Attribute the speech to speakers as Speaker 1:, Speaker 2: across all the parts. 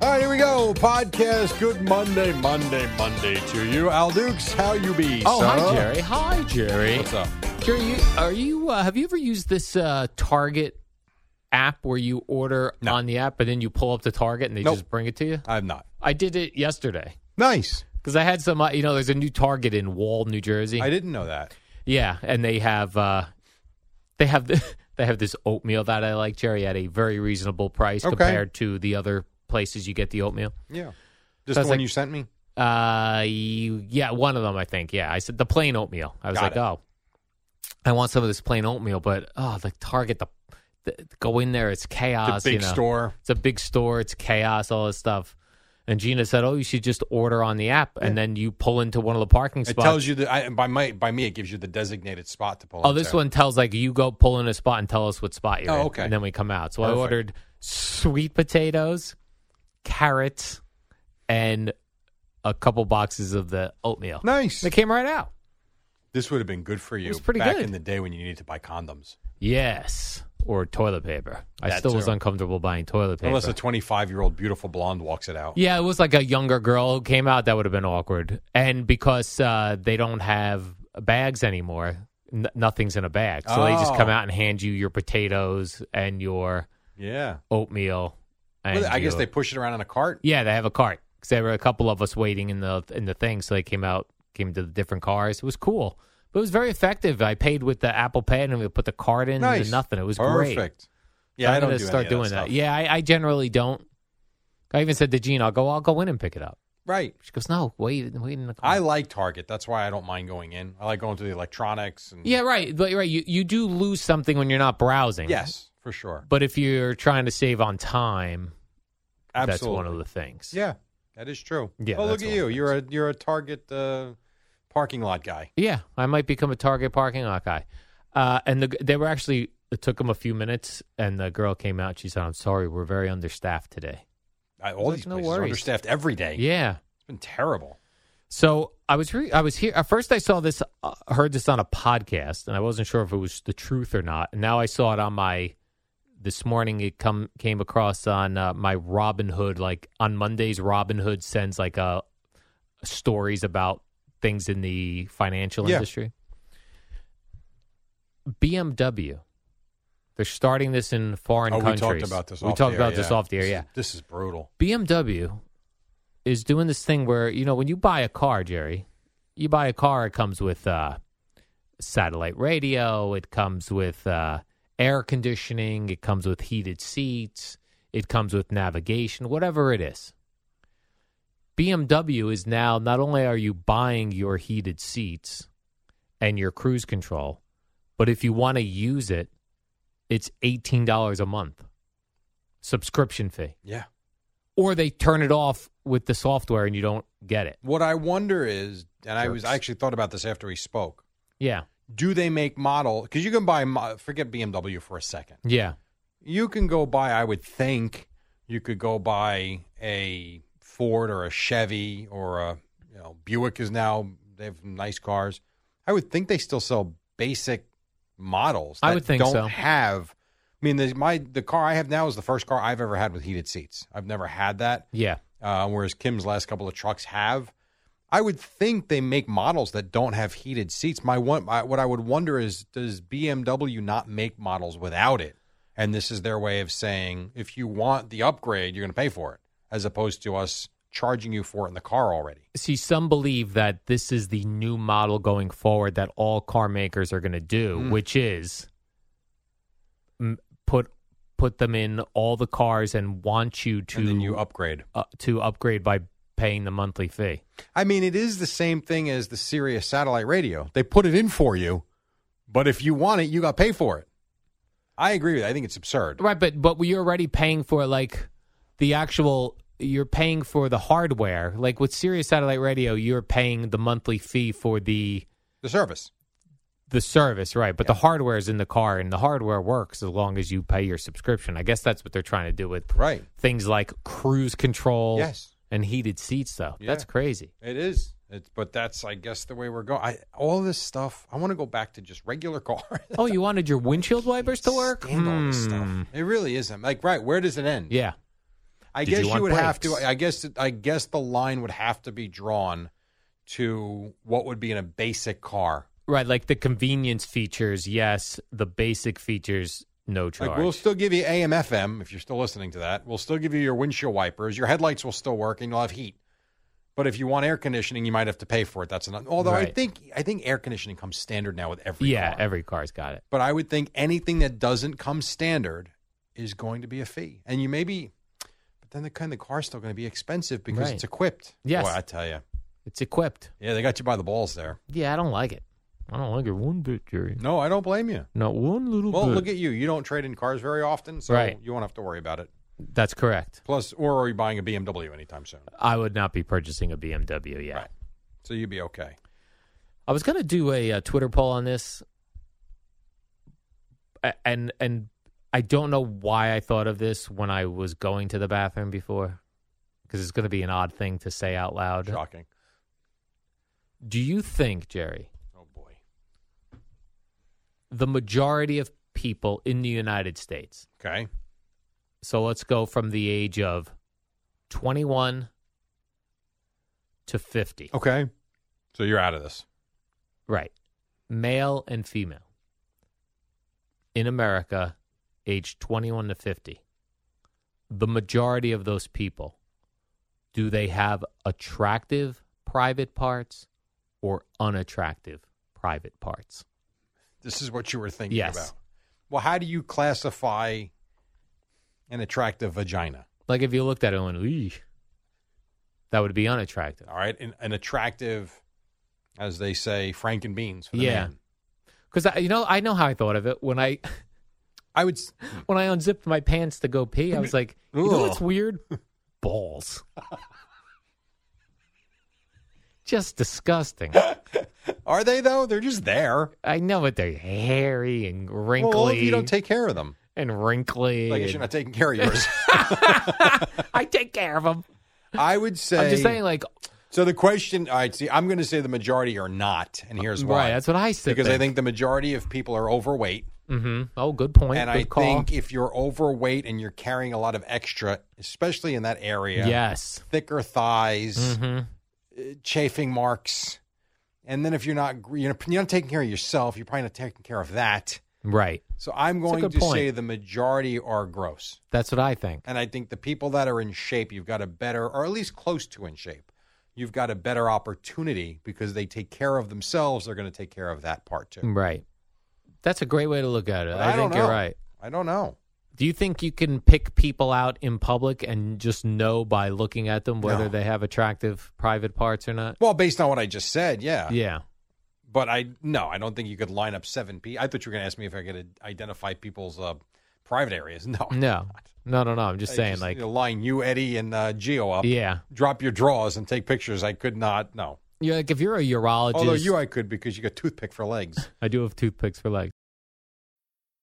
Speaker 1: All right, here we go. Podcast. Good Monday, Monday, Monday to you. Al Dukes, how you be?
Speaker 2: Oh, hi
Speaker 1: sir?
Speaker 2: Jerry. Hi Jerry.
Speaker 1: What's up?
Speaker 2: Jerry, you, are you? Uh, have you ever used this uh, Target app where you order
Speaker 1: No.
Speaker 2: on the app, but then you pull up the Target and they
Speaker 1: Nope.
Speaker 2: just bring it to you?
Speaker 1: I'm not.
Speaker 2: I did it yesterday
Speaker 1: Nice.
Speaker 2: because I had some. Uh, you know, there's a new Target in Wall, New Jersey.
Speaker 1: I didn't know that.
Speaker 2: Yeah, and they have uh, they have the, they have this oatmeal that I like, Jerry, at a very reasonable price
Speaker 1: Okay.
Speaker 2: compared to the other places you get the oatmeal.
Speaker 1: Yeah. Just
Speaker 2: Sounds
Speaker 1: the one
Speaker 2: like-
Speaker 1: you sent me?
Speaker 2: Uh, you, yeah, one of them, I think. Yeah, I said the plain oatmeal. I was
Speaker 1: Got
Speaker 2: like,
Speaker 1: it.
Speaker 2: oh, I want some of this plain oatmeal, but oh, the Target, the, the go in there, it's chaos.
Speaker 1: the
Speaker 2: you
Speaker 1: big
Speaker 2: know.
Speaker 1: store.
Speaker 2: It's a big store. It's chaos. All this stuff. And Gina said, "Oh, you should just order on the app, and then you pull into one of the parking
Speaker 1: It
Speaker 2: spots."
Speaker 1: tells you that I, by my by me it gives you the designated spot to pull
Speaker 2: Oh, this
Speaker 1: into.
Speaker 2: one tells like you go pull in a spot and tell us what spot you're
Speaker 1: Oh,
Speaker 2: in,
Speaker 1: okay.
Speaker 2: and then we come out. So I
Speaker 1: Perfect.
Speaker 2: ordered sweet potatoes, carrots, and a couple boxes of the oatmeal.
Speaker 1: Nice.
Speaker 2: They came right out.
Speaker 1: This would have been good for you
Speaker 2: was pretty
Speaker 1: back
Speaker 2: good.
Speaker 1: in the day when you needed to buy condoms.
Speaker 2: Yes, or toilet paper. I
Speaker 1: That
Speaker 2: still was
Speaker 1: too.
Speaker 2: uncomfortable buying toilet paper.
Speaker 1: Unless a 25 year old beautiful blonde walks it out.
Speaker 2: yeah, it was like a younger girl who came out. That would have been awkward. And because uh, they don't have bags anymore, n- nothing's in a bag, so they just come
Speaker 1: Oh.
Speaker 2: out and hand you your potatoes and your
Speaker 1: Yeah.
Speaker 2: oatmeal. And
Speaker 1: Well, I guess
Speaker 2: your-
Speaker 1: they push it around in a cart.
Speaker 2: Yeah, they have a cart because there were a couple of us waiting in the in the thing, so they came out, came to the different cars. It was cool, but it was very effective. I paid with the Apple Pay and we put the card in
Speaker 1: Nice.
Speaker 2: and nothing. It was
Speaker 1: Perfect.
Speaker 2: great.
Speaker 1: Yeah, I
Speaker 2: I'm
Speaker 1: don't
Speaker 2: gonna
Speaker 1: do any
Speaker 2: start
Speaker 1: of
Speaker 2: doing
Speaker 1: that.
Speaker 2: that.
Speaker 1: stuff.
Speaker 2: Yeah, I, I generally don't. I even said to Gene, "I'll go. I'll go in and pick it up."
Speaker 1: Right.
Speaker 2: She goes, "No, wait, wait in the car."
Speaker 1: I like Target. That's why I don't mind going in. I like going to the electronics and
Speaker 2: yeah, right, but right. You you do lose something when you're not browsing.
Speaker 1: yes, for sure.
Speaker 2: but if you're trying to save on time,
Speaker 1: Absolutely.
Speaker 2: that's one of the things.
Speaker 1: Yeah, that is true.
Speaker 2: Yeah,
Speaker 1: Oh, look
Speaker 2: that's
Speaker 1: at
Speaker 2: one
Speaker 1: you.
Speaker 2: of the
Speaker 1: You're a you're a Target uh, parking lot guy.
Speaker 2: Yeah, I might become a Target parking lot guy. Uh, and the, they were actually, it took them a few minutes, and the girl came out. She said, I'm sorry, we're very understaffed today.
Speaker 1: I, all
Speaker 2: Like,
Speaker 1: these
Speaker 2: no
Speaker 1: places are
Speaker 2: worries.
Speaker 1: understaffed every day.
Speaker 2: Yeah.
Speaker 1: It's been terrible.
Speaker 2: So I was re- I was here at first. I saw this, uh, heard this on a podcast, and I wasn't sure if it was the truth or not. And now I saw it on my this morning. It come came across on uh, my Robin Hood. Like on Mondays, Robin Hood sends like uh, stories about things in the financial
Speaker 1: Yeah.
Speaker 2: industry. BMW, they're starting this in foreign
Speaker 1: oh,
Speaker 2: countries.
Speaker 1: we talked about this.
Speaker 2: We
Speaker 1: off
Speaker 2: talked
Speaker 1: the air,
Speaker 2: about this off the air.
Speaker 1: This is-
Speaker 2: Yeah,
Speaker 1: this is brutal.
Speaker 2: BMW is doing this thing where you know when you buy a car, Jerry, you buy a car. It comes with uh, satellite radio. It comes with uh, air conditioning. It comes with heated seats. It comes with navigation. Whatever it is, BMW is now not only are you buying your heated seats and your cruise control, but if you want to use it, it's eighteen dollars a month subscription fee
Speaker 1: Yeah.
Speaker 2: or they turn it off with the software and you don't get it.
Speaker 1: What I wonder is, and I was
Speaker 2: Jerks.
Speaker 1: I actually thought about this after we spoke.
Speaker 2: Yeah,
Speaker 1: Do they make model? Because you can buy mo- forget BMW for a second.
Speaker 2: yeah,
Speaker 1: you can go buy i would think you could go buy a ford or a chevy or a you know buick is now they have nice cars i would think they still sell basic models
Speaker 2: I
Speaker 1: that
Speaker 2: would think
Speaker 1: don't
Speaker 2: so.
Speaker 1: have i mean the, my the car i have now is the first car i've ever had with heated seats i've never had that
Speaker 2: yeah.
Speaker 1: uh, whereas kim's last couple of trucks have I would think they make models that don't have heated seats. My one, I, what I would wonder is, does BMW not make models without it? And this is their way of saying, if you want the upgrade, you're going to pay for it, as opposed to us charging you for it in the car already.
Speaker 2: See, some believe that this is the new model going forward that all car makers are going to do, which is m- put put them in all the cars and want you to
Speaker 1: and then you upgrade.
Speaker 2: uh, to upgrade by paying the monthly fee.
Speaker 1: I mean, it is the same thing as the Sirius satellite radio. They put it in for you, but if you want it, you got to pay for it. I agree with. That. I think it's absurd.
Speaker 2: Right, but but you're already paying for like the actual you're paying for the hardware. Like with Sirius Satellite Radio, you're paying the monthly fee for the
Speaker 1: The service.
Speaker 2: the service, right? But the hardware is in the car, and the hardware works as long as you pay your subscription. I guess that's what they're trying to do with
Speaker 1: Right.
Speaker 2: things like cruise control,
Speaker 1: Yes.
Speaker 2: and heated seats. Though that's
Speaker 1: Yeah.
Speaker 2: crazy.
Speaker 1: It is. It's but that's I guess the way we're going. I all this stuff. I want to go back to just regular cars.
Speaker 2: Oh, you wanted your windshield wipers to work?
Speaker 1: Stand all this stuff.
Speaker 2: Hmm.
Speaker 1: It really isn't. Like right, where does it end?
Speaker 2: Yeah,
Speaker 1: I
Speaker 2: Did
Speaker 1: guess
Speaker 2: you
Speaker 1: you,
Speaker 2: want
Speaker 1: would have to.
Speaker 2: brakes?
Speaker 1: I guess I guess the line would have to be drawn to what would be in a basic car.
Speaker 2: right. Like the convenience features, yes. The basic features, no charge.
Speaker 1: Like we'll still give you AM FM if you're still listening to that. We'll still give you your windshield wipers. Your headlights will still work, and you'll have heat. But if you want air conditioning, you might have to pay for it. That's another. Although I
Speaker 2: Right.
Speaker 1: think I think air conditioning comes standard now with every
Speaker 2: yeah,
Speaker 1: car.
Speaker 2: every car's got it.
Speaker 1: but I would think anything that doesn't come standard is going to be a fee. And you maybe, but then the kind of the car's still going to be expensive because
Speaker 2: Right.
Speaker 1: it's equipped.
Speaker 2: Yes.
Speaker 1: Boy, I tell you,
Speaker 2: It's equipped.
Speaker 1: yeah, they got you by the balls there.
Speaker 2: Yeah, I don't like it. I don't like it one bit, Jerry.
Speaker 1: No, I don't blame you.
Speaker 2: Not one little
Speaker 1: Well,
Speaker 2: bit.
Speaker 1: look at you. You don't trade in cars very often, so
Speaker 2: Right.
Speaker 1: you won't have to worry about it.
Speaker 2: That's correct.
Speaker 1: Plus, or are you buying a BMW anytime soon?
Speaker 2: I would not be purchasing a BMW. Yeah.
Speaker 1: Right. So you'd be okay.
Speaker 2: I was going to do a, uh Twitter poll on this, A- and and I don't know why I thought of this when I was going to the bathroom before, because it's going to be an odd thing to say out loud.
Speaker 1: Shocking.
Speaker 2: Do you think, Jerry,
Speaker 1: Oh boy.
Speaker 2: the majority of people in the United States?
Speaker 1: Okay.
Speaker 2: So let's go from the age of twenty-one to fifty.
Speaker 1: Okay. So you're out of this.
Speaker 2: Right. Male and female. In America, age 21 to 50. The majority of those people, do they have attractive private parts or unattractive private parts?
Speaker 1: This is what you were thinking
Speaker 2: Yes.
Speaker 1: about. Well, how do you classify an attractive vagina?
Speaker 2: Like if you looked at it and went, "Eesh," that would be unattractive.
Speaker 1: All right, an, an attractive, as they say, Frank and beans. For the
Speaker 2: Yeah.
Speaker 1: man.
Speaker 2: Because you know, I know how I thought of it when I
Speaker 1: I would. s-
Speaker 2: when I unzipped my pants to go pee. I was like, you know
Speaker 1: Ugh.
Speaker 2: what's weird? Balls. Just disgusting.
Speaker 1: Are they though? They're just there.
Speaker 2: I know it. They're hairy and wrinkly
Speaker 1: Well, if you don't take care of them,
Speaker 2: and wrinkly.
Speaker 1: like if you're
Speaker 2: and-
Speaker 1: not taking care of yours,
Speaker 2: I take care of them.
Speaker 1: I would say.
Speaker 2: I'm just saying, like,
Speaker 1: So the question, all right, see, I'm going to say the majority are not, and here's why.
Speaker 2: right? That's what I said.
Speaker 1: because I think the majority of people are overweight,
Speaker 2: hmm Oh, good point.
Speaker 1: and
Speaker 2: good
Speaker 1: I
Speaker 2: call.
Speaker 1: think if you're overweight and you're carrying a lot of extra, especially in that area,
Speaker 2: yes.
Speaker 1: thicker thighs,
Speaker 2: hmm
Speaker 1: chafing marks. And then if you're not gr- you're not you're not taking care of yourself, you're probably not taking care of that.
Speaker 2: Right.
Speaker 1: So I'm
Speaker 2: a
Speaker 1: going
Speaker 2: good
Speaker 1: to say
Speaker 2: point.
Speaker 1: the majority are gross.
Speaker 2: That's what I think.
Speaker 1: And I think the people that are in shape, you've got a better or at least close to in shape. You've got a better opportunity because they take care of themselves, they're going to take care of that part too.
Speaker 2: Right. That's a great way to look at it.
Speaker 1: But
Speaker 2: Mm, I,
Speaker 1: don't
Speaker 2: think you're
Speaker 1: know.
Speaker 2: right.
Speaker 1: I don't know.
Speaker 2: Do you think you can pick people out in public and just know by looking at them whether
Speaker 1: No.
Speaker 2: they have attractive private parts or not?
Speaker 1: Well, based on what I just said, yeah.
Speaker 2: Yeah.
Speaker 1: But I no, I don't think you could line up 7 p. I thought you were going to ask me if I could identify people's uh, private areas. No.
Speaker 2: No. No, no, no. I'm just
Speaker 1: I
Speaker 2: saying,
Speaker 1: just
Speaker 2: like,
Speaker 1: need to line you, Eddie, and uh, Geo up.
Speaker 2: yeah.
Speaker 1: Drop your drawers and take pictures. I could not. No,
Speaker 2: You're like, if you're a urologist,
Speaker 1: although you, I could because you got toothpick for legs.
Speaker 2: I do have toothpicks for legs.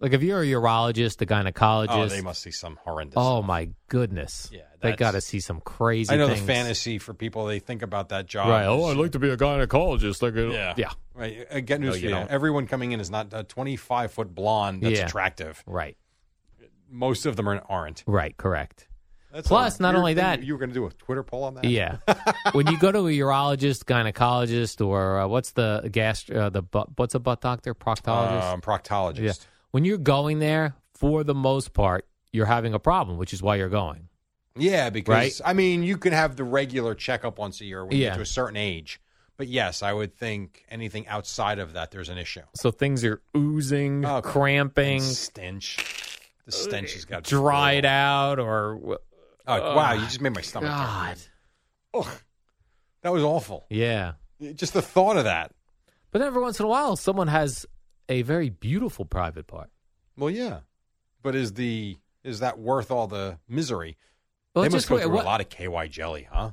Speaker 2: Like if you're a urologist, a gynecologist,
Speaker 1: Oh, they must see some horrendous.
Speaker 2: oh
Speaker 1: stuff.
Speaker 2: my goodness,
Speaker 1: Yeah,
Speaker 2: they
Speaker 1: that's-
Speaker 2: got to see some crazy.
Speaker 1: I know
Speaker 2: things.
Speaker 1: the fantasy for people. They think about that job.
Speaker 2: Right?
Speaker 1: is-
Speaker 2: Oh, I'd like to be a gynecologist. Like,
Speaker 1: yeah,
Speaker 2: yeah,
Speaker 1: Right. Again,
Speaker 2: No,
Speaker 1: news
Speaker 2: you
Speaker 1: for you.
Speaker 2: don't.
Speaker 1: Everyone coming in is not a 25 foot blonde that's
Speaker 2: Yeah.
Speaker 1: attractive.
Speaker 2: right,
Speaker 1: Most of them are, aren't.
Speaker 2: right, correct.
Speaker 1: That's
Speaker 2: Plus,
Speaker 1: a
Speaker 2: not
Speaker 1: weird
Speaker 2: only
Speaker 1: thing.
Speaker 2: that-
Speaker 1: you were going to do a Twitter poll on that.
Speaker 2: Yeah. when you go to a urologist, gynecologist, or uh, what's the gastro, uh, the butt, what's a butt doctor, proctologist?
Speaker 1: um, proctologist.
Speaker 2: Yeah. When you're going there, for the most part, you're having a problem, which is why you're going.
Speaker 1: Yeah, because
Speaker 2: Right?
Speaker 1: I mean, you can have the regular checkup once a year when you
Speaker 2: Yeah.
Speaker 1: get to a certain age. But yes, I would think anything outside of that, there's an issue.
Speaker 2: So things are oozing,
Speaker 1: Oh,
Speaker 2: cramping,
Speaker 1: Stench. The stench has got
Speaker 2: dried out, or
Speaker 1: Oh, wow, you just made my stomach. hurt.
Speaker 2: God,
Speaker 1: That was awful.
Speaker 2: yeah.
Speaker 1: Just the thought of that.
Speaker 2: But every once in a while, someone has a very beautiful private part.
Speaker 1: Well, yeah, but is the is that worth all the misery?
Speaker 2: Well,
Speaker 1: they
Speaker 2: it's
Speaker 1: must
Speaker 2: just
Speaker 1: go
Speaker 2: weird.
Speaker 1: through
Speaker 2: What-
Speaker 1: a lot of KY jelly, huh?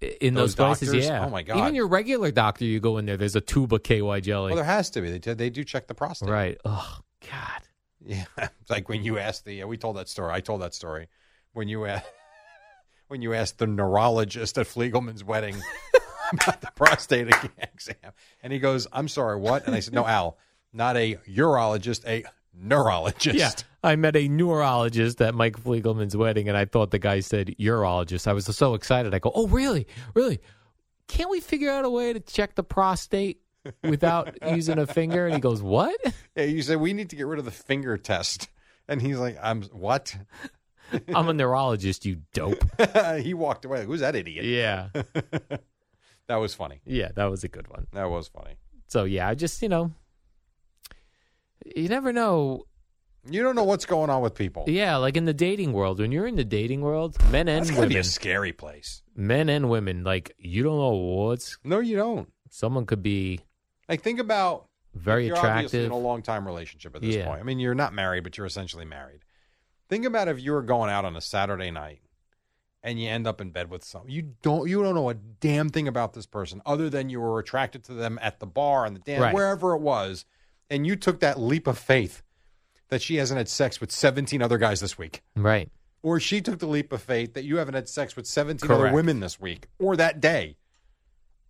Speaker 2: in those,
Speaker 1: those
Speaker 2: places.
Speaker 1: doctors?
Speaker 2: Yeah.
Speaker 1: Oh, my God.
Speaker 2: Even your regular doctor, you go in there. There's a tube of KY jelly.
Speaker 1: well, there has to be. They, they do check the prostate,
Speaker 2: right. Oh God.
Speaker 1: Yeah, it's like when you asked the uh, we told that story. I told that story when you asked when you asked the neurologist at Fliegelman's wedding about the prostate exam, and he goes, "I'm sorry, what?" And I said, "No, Al, not a urologist, a neurologist."
Speaker 2: Yeah. I met a neurologist at Mike Fliegelman's wedding, and I thought the guy said urologist. I was so excited. I go, "Oh, really? Really? Can't we figure out a way to check the prostate without using a finger?" And he goes, "What?"
Speaker 1: Yeah, you said we need to get rid of the finger test, and he's like, "I'm what?"
Speaker 2: I'm a neurologist. You dope.
Speaker 1: he walked away. Who's that idiot?
Speaker 2: Yeah.
Speaker 1: That was funny.
Speaker 2: Yeah. That was a good one.
Speaker 1: That was funny.
Speaker 2: So yeah, I just you know, you never know
Speaker 1: You don't know what's going on with people.
Speaker 2: Yeah, like in the dating world, when you're in the dating world, men and
Speaker 1: That's gonna
Speaker 2: women,
Speaker 1: be a scary place.
Speaker 2: men and women, like you don't know what's
Speaker 1: No, you don't.
Speaker 2: someone could be
Speaker 1: Like think about
Speaker 2: very
Speaker 1: you're obviously
Speaker 2: attractive.
Speaker 1: in a long time relationship at this
Speaker 2: Yeah.
Speaker 1: point. I mean, you're not married, but you're essentially married. Think about if you were going out on a Saturday night and you end up in bed with some. You don't you don't know a damn thing about this person other than you were attracted to them at the bar and the dance,
Speaker 2: Right.
Speaker 1: wherever it was, and you took that leap of faith that she hasn't had sex with 17 other guys this week.
Speaker 2: Right.
Speaker 1: Or she took the leap of faith that you haven't had sex with 17
Speaker 2: Correct.
Speaker 1: other women this week or that day.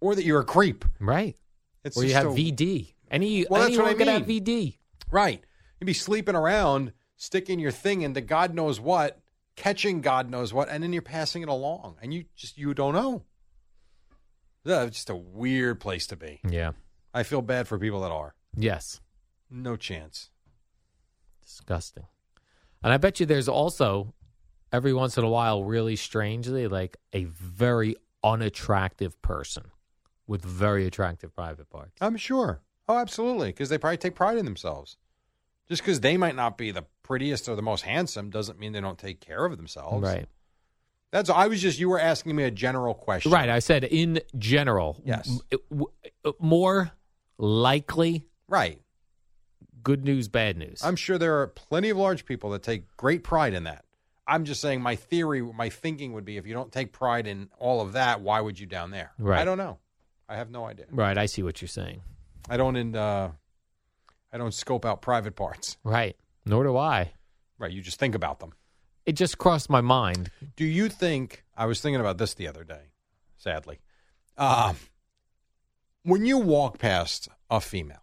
Speaker 1: Or that you're a creep.
Speaker 2: Right.
Speaker 1: It's
Speaker 2: or you
Speaker 1: just
Speaker 2: have
Speaker 1: a-
Speaker 2: VD. Any
Speaker 1: Well, that's what
Speaker 2: anyone
Speaker 1: I
Speaker 2: could have
Speaker 1: mean.
Speaker 2: VD.
Speaker 1: Right. You'd be sleeping around, sticking your thing into God knows what, catching God knows what, and then you're passing it along, and you just you don't know. Yeah, It's just a weird place to be.
Speaker 2: Yeah.
Speaker 1: I feel bad for people that are.
Speaker 2: Yes.
Speaker 1: No chance.
Speaker 2: Disgusting. And I bet you there's also every once in a while, really strangely, like a very unattractive person with very attractive private parts.
Speaker 1: I'm sure. Oh, absolutely, because they probably take pride in themselves. Just because they might not be the prettiest or the most handsome doesn't mean they don't take care of themselves.
Speaker 2: Right.
Speaker 1: That's. I was just. You were asking me a general question.
Speaker 2: Right. I said in general.
Speaker 1: Yes.
Speaker 2: M- it- w- uh, more likely
Speaker 1: Right.
Speaker 2: good news, bad news.
Speaker 1: I'm sure there are plenty of large people that take great pride in that. I'm just saying my theory, my thinking would be if you don't take pride in all of that, why would you down there?
Speaker 2: Right.
Speaker 1: I don't know. I have no idea.
Speaker 2: right. I see what you're saying.
Speaker 1: I don't in uh I don't scope out private parts.
Speaker 2: Right. Nor do I.
Speaker 1: Right. You just think about them.
Speaker 2: It just crossed my mind.
Speaker 1: Do you think I was thinking about this the other day, sadly. Um when you walk past a female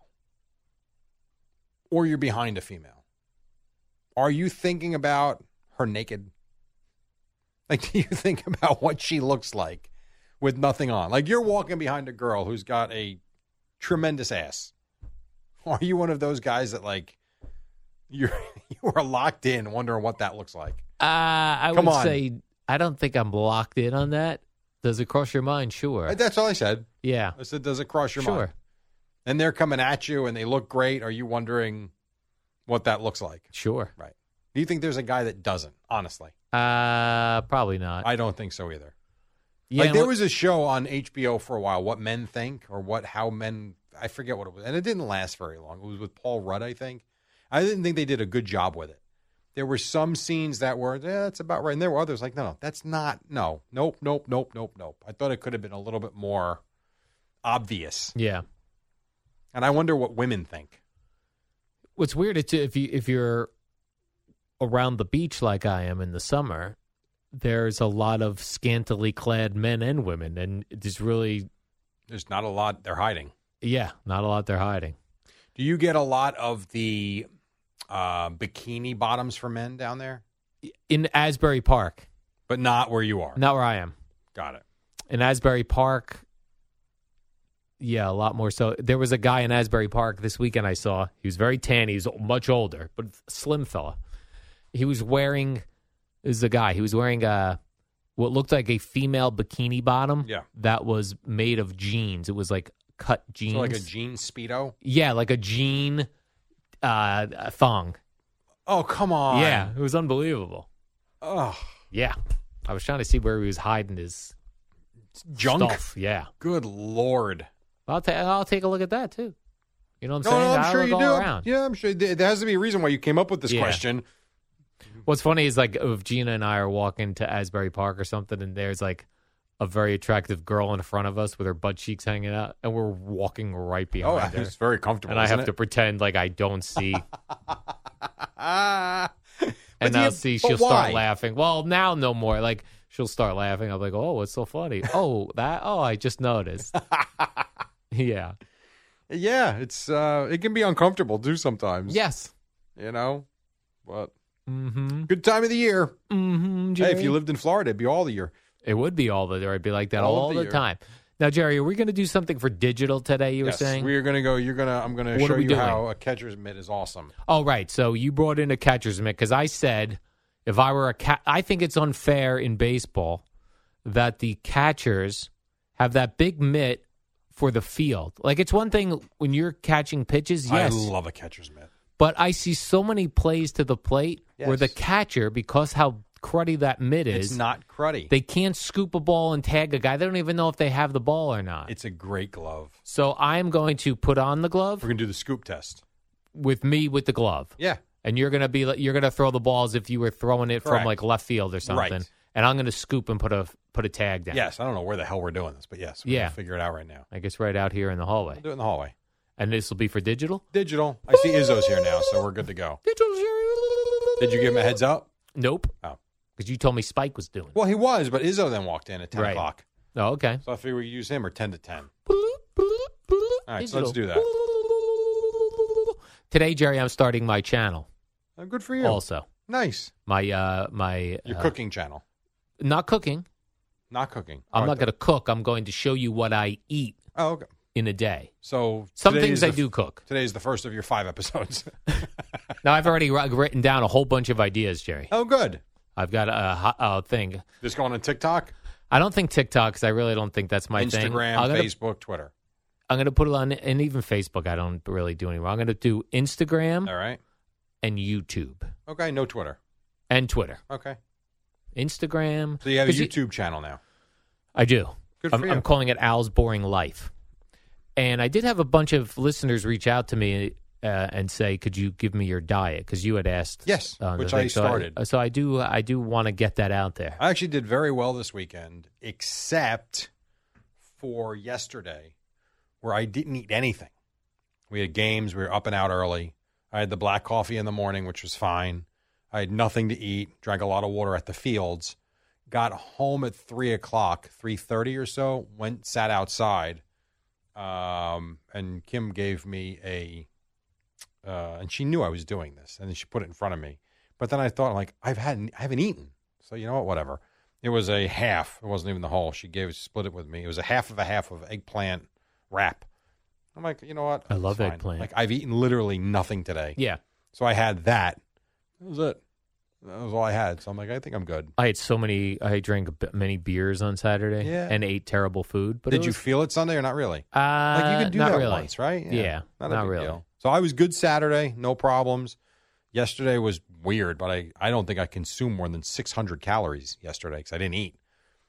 Speaker 1: or you're behind a female, are you thinking about her naked? Like do you think about what she looks like with nothing on? Like you're walking behind a girl who's got a tremendous ass. Are you one of those guys that like you're you are locked in wondering what that looks like?
Speaker 2: Uh, I
Speaker 1: Come
Speaker 2: would
Speaker 1: on.
Speaker 2: say I don't think I'm locked in on that. Does it cross your mind? Sure.
Speaker 1: That's all I said.
Speaker 2: yeah.
Speaker 1: I said, does it cross your
Speaker 2: Sure.
Speaker 1: mind? And they're coming at you and they look great. Are you wondering, what that looks like.
Speaker 2: Sure.
Speaker 1: Right. Do you think there's a guy that doesn't? Honestly,
Speaker 2: Uh, probably not.
Speaker 1: I don't think so either.
Speaker 2: yeah,
Speaker 1: like there
Speaker 2: what-
Speaker 1: was a show on HBO for a while, What Men Think or What How Men I forget what it was. And it didn't last very long. It was with Paul Rudd, I think. I didn't think they did a good job with it. There were some scenes that were, yeah, that's about right. And there were others like, no, no, that's not no. Nope, nope, nope, nope, nope. I thought it could have been a little bit more obvious.
Speaker 2: Yeah.
Speaker 1: And I wonder what women think.
Speaker 2: What's weird is if you if you're around the beach like I am in the summer, there's a lot of scantily clad men and women, and there's really
Speaker 1: There's not a lot they're hiding.
Speaker 2: yeah, not a lot they're hiding.
Speaker 1: Do you get a lot of the uh, bikini bottoms for men down there?
Speaker 2: In Asbury Park,
Speaker 1: But not where you are.
Speaker 2: not where I am.
Speaker 1: Got it.
Speaker 2: in Asbury Park. Yeah, a lot more so. There was a guy in Asbury Park this weekend I saw. He was very tan. He was much older, but slim fella. He was wearing this is a guy. He was wearing a what looked like a female bikini bottom.
Speaker 1: Yeah.
Speaker 2: That was made of jeans. It was like cut jeans.
Speaker 1: So like a jean speedo?
Speaker 2: Yeah, like a jean uh thong.
Speaker 1: Oh, come on.
Speaker 2: Yeah, it was unbelievable.
Speaker 1: Oh,
Speaker 2: Yeah. I was trying to see where he was hiding his
Speaker 1: junk.
Speaker 2: stuff. Yeah.
Speaker 1: Good lord.
Speaker 2: I'll, ta- I'll take a look at that too. You know what I'm
Speaker 1: No,
Speaker 2: saying?
Speaker 1: no,
Speaker 2: I
Speaker 1: I'm sure
Speaker 2: look
Speaker 1: you do.
Speaker 2: all around.
Speaker 1: Yeah, I'm sure. There there has to be a reason why you came up with this
Speaker 2: Yeah.
Speaker 1: question.
Speaker 2: What's funny is like if Gina and I are walking to Asbury Park or something, and there's like a very attractive girl in front of us with her butt cheeks hanging out, and we're walking right
Speaker 1: Oh,
Speaker 2: behind her,
Speaker 1: it's very comfortable.
Speaker 2: and I
Speaker 1: isn't
Speaker 2: have to pretend like I don't see,
Speaker 1: it? Ah. But
Speaker 2: and
Speaker 1: do you-
Speaker 2: I'll see
Speaker 1: but
Speaker 2: she'll
Speaker 1: why?
Speaker 2: start laughing. Well, now no more. Like she'll start laughing. I'm like, oh, what's so funny? Oh, that. Oh, I just noticed. yeah.
Speaker 1: Yeah, it's uh, it can be uncomfortable too sometimes.
Speaker 2: Yes.
Speaker 1: you know, but
Speaker 2: Mm-hmm.
Speaker 1: good time of the year.
Speaker 2: Mm-hmm.
Speaker 1: Hey, if you lived in Florida, it'd be all the year.
Speaker 2: It would be all the there. I'd be like that
Speaker 1: All
Speaker 2: all,
Speaker 1: of the
Speaker 2: the,
Speaker 1: year.
Speaker 2: time. Now, Jerry, are we going to do something for digital today? You
Speaker 1: Yes,
Speaker 2: were saying.
Speaker 1: we are gonna go. You're gonna. I'm gonna
Speaker 2: What are
Speaker 1: show
Speaker 2: we
Speaker 1: you
Speaker 2: doing?
Speaker 1: how a catcher's mitt is awesome.
Speaker 2: oh, right. So you brought in a catcher's mitt because I said if I were a cat, I think it's unfair in baseball that the catchers have that big mitt for the field. Like it's one thing when you're catching pitches, yes,
Speaker 1: I love a catcher's mitt.
Speaker 2: but I see so many plays to the plate where the
Speaker 1: Yes.
Speaker 2: catcher, because how cruddy that mitt is,
Speaker 1: it's not cruddy.
Speaker 2: they can't scoop a ball and tag a guy. They don't even know if they have the ball or not.
Speaker 1: it's a great glove.
Speaker 2: So I'm going to put on the glove
Speaker 1: We're gonna do the scoop test.
Speaker 2: with me with the glove,
Speaker 1: Yeah,
Speaker 2: and you're gonna be like- you're gonna throw the balls if you were throwing it
Speaker 1: Correct.
Speaker 2: from like left field or something,
Speaker 1: Right.
Speaker 2: and I'm gonna scoop and put a put a tag down.
Speaker 1: Yes, I don't know where the hell we're doing this, but yes, we're
Speaker 2: Yeah.
Speaker 1: gonna figure it out right now.
Speaker 2: I guess right out here in the hallway,
Speaker 1: We'll do it in the hallway.
Speaker 2: and this will be for digital.
Speaker 1: Digital. I see Izzo's here now, so we're good to go.
Speaker 2: Digital.
Speaker 1: Did you give him a heads up?
Speaker 2: Nope.
Speaker 1: Oh.
Speaker 2: because you told me Spike was doing. it.
Speaker 1: Well, he was, but Izzo then walked in at ten
Speaker 2: Right.
Speaker 1: o'clock,
Speaker 2: Oh, okay.
Speaker 1: so I figured we could use him or ten to ten.
Speaker 2: All
Speaker 1: right, so let's do
Speaker 2: that. Today, Jerry, I'm starting my channel.
Speaker 1: Uh, good for you.
Speaker 2: Also,
Speaker 1: Nice.
Speaker 2: my uh my
Speaker 1: Your
Speaker 2: uh,
Speaker 1: cooking channel,
Speaker 2: not cooking.
Speaker 1: not cooking.
Speaker 2: I'm
Speaker 1: Oh,
Speaker 2: not
Speaker 1: I
Speaker 2: going to cook. I'm going to show you what I eat
Speaker 1: thought- Oh, okay.
Speaker 2: in a day.
Speaker 1: So
Speaker 2: Some
Speaker 1: today
Speaker 2: things
Speaker 1: is
Speaker 2: I
Speaker 1: the-
Speaker 2: do cook.
Speaker 1: Today is the first of your five episodes.
Speaker 2: Now I've already wri- written down a whole bunch of ideas, Jerry.
Speaker 1: oh, good.
Speaker 2: I've got a, ho- a thing.
Speaker 1: This going on TikTok,
Speaker 2: I don't think TikTok because I really don't think that's my thing.
Speaker 1: Instagram,
Speaker 2: I'm gonna,
Speaker 1: Facebook, Twitter.
Speaker 2: I'm gonna put it on, and even Facebook. I don't really do anymore. I'm gonna do Instagram
Speaker 1: All right.
Speaker 2: and YouTube
Speaker 1: Okay. No Twitter.
Speaker 2: and Twitter.
Speaker 1: Okay.
Speaker 2: Instagram.
Speaker 1: So you have a
Speaker 2: 'cause
Speaker 1: YouTube channel now.
Speaker 2: I do.
Speaker 1: Good
Speaker 2: I'm,
Speaker 1: for you.
Speaker 2: I'm calling it Al's Boring Life. And I did have a bunch of listeners reach out to me uh, and say, "Could you give me your diet?" Because you had asked. uh,
Speaker 1: Yes,
Speaker 2: on the
Speaker 1: which
Speaker 2: thing.
Speaker 1: I
Speaker 2: So
Speaker 1: started.
Speaker 2: So I, do. I do want to get that out there.
Speaker 1: I actually did very well this weekend, except for yesterday, where I didn't eat anything. We had games. We were up and out early. I had the black coffee in the morning, which was fine. I had nothing to eat. Drank a lot of water at the fields. Got home at three o'clock, three thirty or so. Went sat outside, um, and Kim gave me a, uh, and she knew I was doing this, and then she put it in front of me. But then I thought, like, I've had, I haven't eaten. So you know what? Whatever. It was a half. It wasn't even the whole. She gave split it with me. It was a half of a half of eggplant wrap. I'm like, you know what?
Speaker 2: I love
Speaker 1: It's fine.
Speaker 2: eggplant.
Speaker 1: Like I've eaten literally nothing today.
Speaker 2: Yeah,
Speaker 1: So I had that. That was it. That was all I had. So I'm like, I think I'm good.
Speaker 2: I had so many. I drank a bit- many beers on Saturday
Speaker 1: Yeah.
Speaker 2: and ate terrible food. But
Speaker 1: Did
Speaker 2: it
Speaker 1: you
Speaker 2: was-
Speaker 1: feel it Sunday or not really?
Speaker 2: Uh,
Speaker 1: like you could do
Speaker 2: not
Speaker 1: that
Speaker 2: really.
Speaker 1: once, right?
Speaker 2: Yeah,
Speaker 1: a
Speaker 2: not
Speaker 1: big
Speaker 2: really.
Speaker 1: deal. So I was good Saturday, no problems. Yesterday was weird, but I, I don't think I consumed more than 600 calories yesterday because I didn't eat.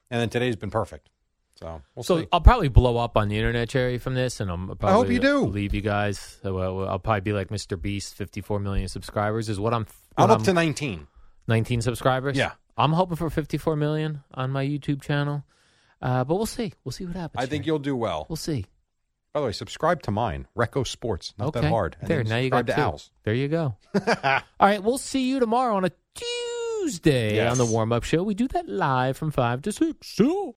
Speaker 1: And then today's been perfect. So we'll
Speaker 2: so uh,
Speaker 1: see.
Speaker 2: I'll probably blow up on the internet, Jerry, from this, and I'm probably
Speaker 1: you do.
Speaker 2: leave you guys. So, uh, I'll probably be like Mr. Beast, 54 million subscribers is what I'm.
Speaker 1: I'm
Speaker 2: what
Speaker 1: up to 19.
Speaker 2: 19 subscribers.
Speaker 1: Yeah.
Speaker 2: I'm hoping for 54 million on my YouTube channel, uh, but we'll see. We'll see what happens.
Speaker 1: I think
Speaker 2: Jerry.
Speaker 1: you'll do well.
Speaker 2: We'll see.
Speaker 1: By the way, subscribe to mine, Recco Sports. Not
Speaker 2: okay.
Speaker 1: that hard. And
Speaker 2: There,
Speaker 1: then
Speaker 2: now you got
Speaker 1: subscribe
Speaker 2: two.
Speaker 1: to Owls.
Speaker 2: There you go. All right, we'll see you tomorrow on a Tuesday on the
Speaker 1: Yes.
Speaker 2: warm up show. We do that live from five to six. So.